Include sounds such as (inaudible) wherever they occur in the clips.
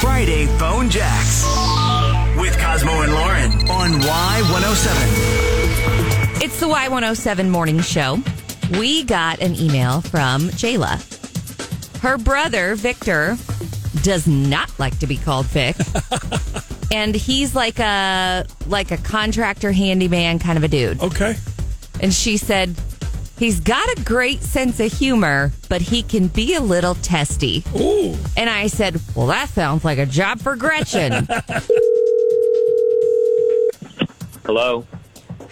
Friday Phone Jacks with Cosmo and Lauren on Y107. It's the Y107 morning show. We got an email from Jayla. Her brother, Victor, does not like to be called Vic. and he's like a like a contractor handyman kind of a dude. Okay. And she said he's got a great sense of humor, but he can be a little testy. Ooh. And I said, "Well, that sounds like a job for Gretchen." Hello.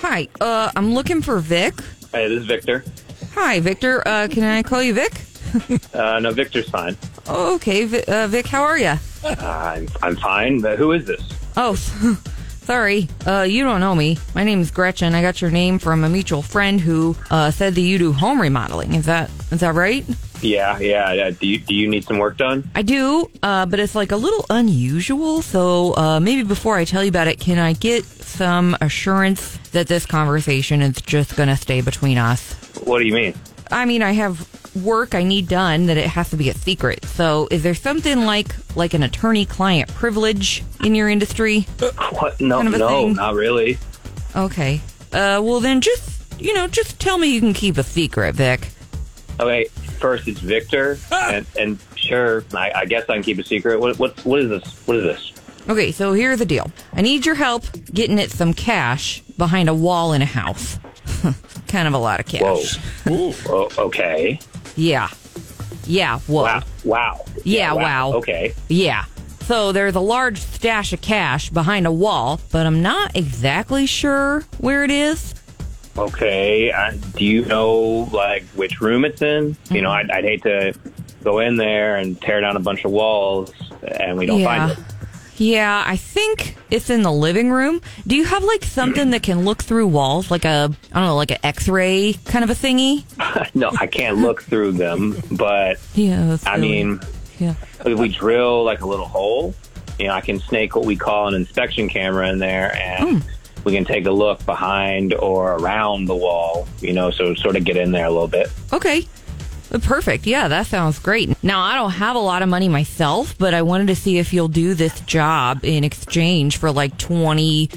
Hi, uh, I'm looking for Vic. Hey, this is Victor. Hi, Victor. Uh, can I call you Vic? Uh, no, Victor's fine. Uh, Oh, okay, Vi- uh, Vic. How are you? I'm I'm fine. But who is this? Oh, (laughs) sorry. Uh, you don't know me. My name's Gretchen. I got your name from a mutual friend who uh, said that you do home remodeling. Is that is that right? Yeah, yeah. yeah. Do you do you need some work done? I do, uh, but it's like a little unusual. So uh, maybe before I tell you about it, can I get some assurance that this conversation is just going to stay between us? What do you mean? I mean, I have work I need done that it has to be a secret. So, is there something like like an attorney-client privilege in your industry? What? No, Kind of a no, thing. not really. Okay. Uh, well, then just you know, just tell me you can keep a secret, Vic. Okay, first it's Victor, Ah! and and sure, I, I guess I can keep a secret. What what what is this? What is this? Okay, so here's the deal. I need your help getting at some cash behind a wall in a house. (laughs) kind of a lot of cash. Whoa. Ooh. Oh, okay. Yeah. Yeah. Whoa. Wow. Wow. Yeah, wow. Okay. Yeah. So there's a large stash of cash behind a wall, but I'm not exactly sure where it is. Okay. Uh, do you know like which room it's in? You know, I'd, I'd hate to go in there and tear down a bunch of walls, and we don't yeah. find it. Yeah, I think it's in the living room. Do you have like something that can look through walls, like a I don't know, like an X-ray kind of a thingy? (laughs) No, I can't look through them, but Yeah. that's I really- mean, yeah. if we drill like a little hole, you know, I can snake what we call an inspection camera in there Hmm. and we can take a look behind or around the wall, you know, so sort of get in there a little bit. Okay. Perfect. Yeah, that sounds great. Now, I don't have a lot of money myself, but I wanted to see if you'll do this job in exchange for like 20,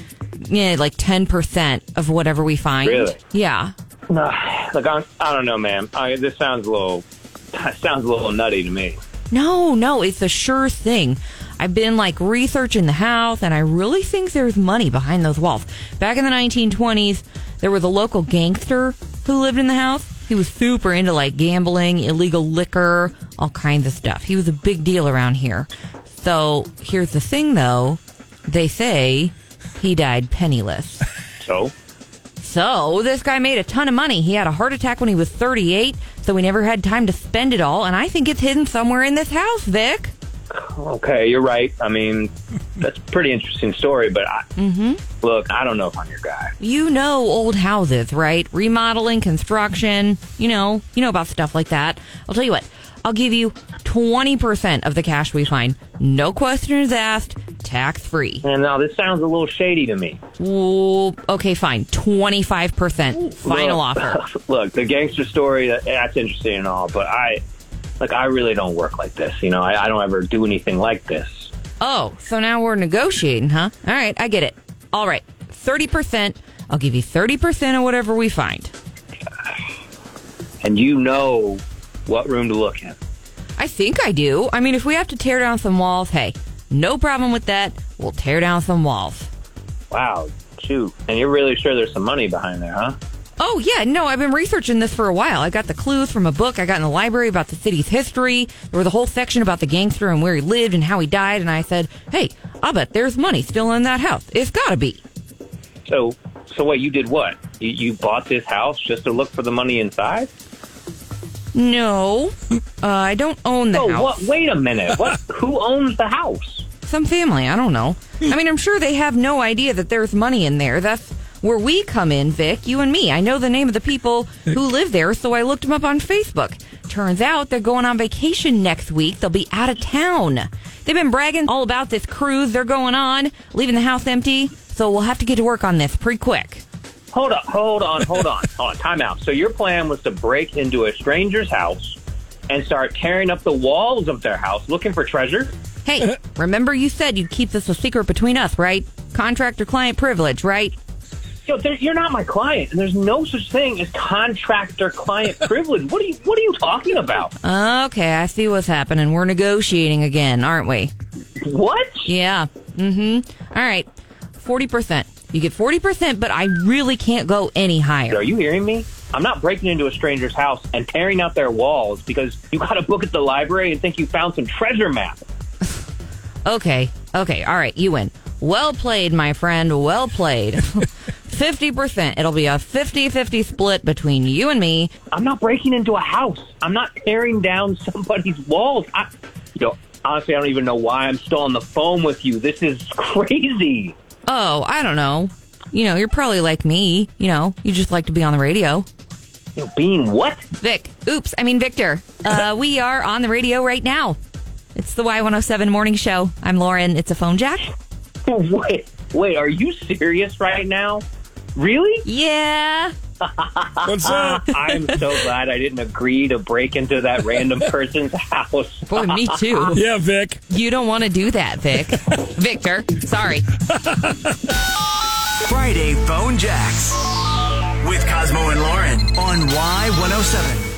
yeah, like 10% of whatever we find. Really? Yeah. Like, I, I don't know, man. I, this sounds a little, (laughs) sounds a little nutty to me. No, no, it's a sure thing. I've been like researching the house and I really think there's money behind those walls. Back in the 1920s, there was a local gangster who lived in the house. He was super into like gambling, illegal liquor, all kinds of stuff. He was a big deal around here. So here's the thing though. They say he died penniless. So, So this guy made a ton of money. He had a heart attack when he was 38, so he never had time to spend it all. And I think it's hidden somewhere in this house, Vic. okay, you're right. (laughs) I mean, that's a pretty interesting story, but I, Mm-hmm. look, I don't know if I'm your guy. You know old houses, right? Remodeling, construction, you know, you know about stuff like that. I'll tell you what, I'll give you 20% of the cash we find. No questions asked, tax free. And now this sounds a little shady to me. Ooh, okay, fine. 25%. Final Look, offer. Look, the gangster story, that- that's interesting and all, but I, like, I really don't work like this. You know, I, I don't ever do anything like this. Oh, so now we're negotiating, huh? All right, I get it. All right, 30%. I'll give you 30% of whatever we find. And you know what room to look in. I think I do. I mean, if we have to tear down some walls, hey, no problem with that. We'll tear down some walls. Wow, shoot. And you're really sure there's some money behind there, huh? Oh, yeah, no, I've been researching this for a while. I got the clues from a book I got in the library about the city's history. There was a whole section about the gangster and where he lived and how he died. And I said, hey, I'll bet there's money still in that house. It's gotta be. So, so wait, you did what? You, you bought this house just to look for the money inside? No, uh, I don't own the Oh, house. what? Wait a minute. What? (laughs) Who owns the house? some family. I don't know. I mean, I'm sure they have no idea that there's money in there. That's where we come in, Vic, you and me. I know the name of the people who live there, so I looked them up on Facebook. Turns out they're going on vacation next week. They'll be out of town. They've been bragging all about this cruise they're going on, leaving the house empty, so we'll have to get to work on this pretty quick. Hold up, hold on, hold on, hold on. Time out. So your plan was to break into a stranger's house and start tearing up the walls of their house looking for treasure? Hey, remember you said you'd keep this a secret between us, right? Contractor client privilege, right? Yo, there- you're not my client, and there's no such thing as contractor client privilege. What are you What are you talking about? Okay, I see what's happening. We're negotiating again, aren't we? What? Yeah. Mm-hmm. All right. Forty percent. You get forty percent, but I really can't go any higher. Are you hearing me? I'm not breaking into a stranger's house and tearing out their walls because you got a book at the library and think you found some treasure map. Okay. Okay. All right. You win. Well played, my friend. Well played. (laughs) 50%. It'll be a 50 50 split between you and me. I'm not breaking into a house. I'm not tearing down (laughs) somebody's walls. I, yo, honestly, I don't even know why I'm still on the phone with you. This is (laughs) crazy. Oh, I don't know. You know, you're probably like me. You know, you just like to be on the radio. You know, being what? (laughs) Vic. Oops. I mean, Victor. Uh, (laughs) we are on the radio right now. It's the Y107 morning show. I'm Lauren. It's a phone jack. Wait, wait, are you serious right now? Really? Yeah. What's (laughs) up? I'm so glad I didn't agree to break into that random person's house. Boy, me too. Yeah, Vic. You don't want to do that, Vic. (laughs) Victor, sorry. oh Friday Bone Jacks with Cosmo and Lauren on Y107.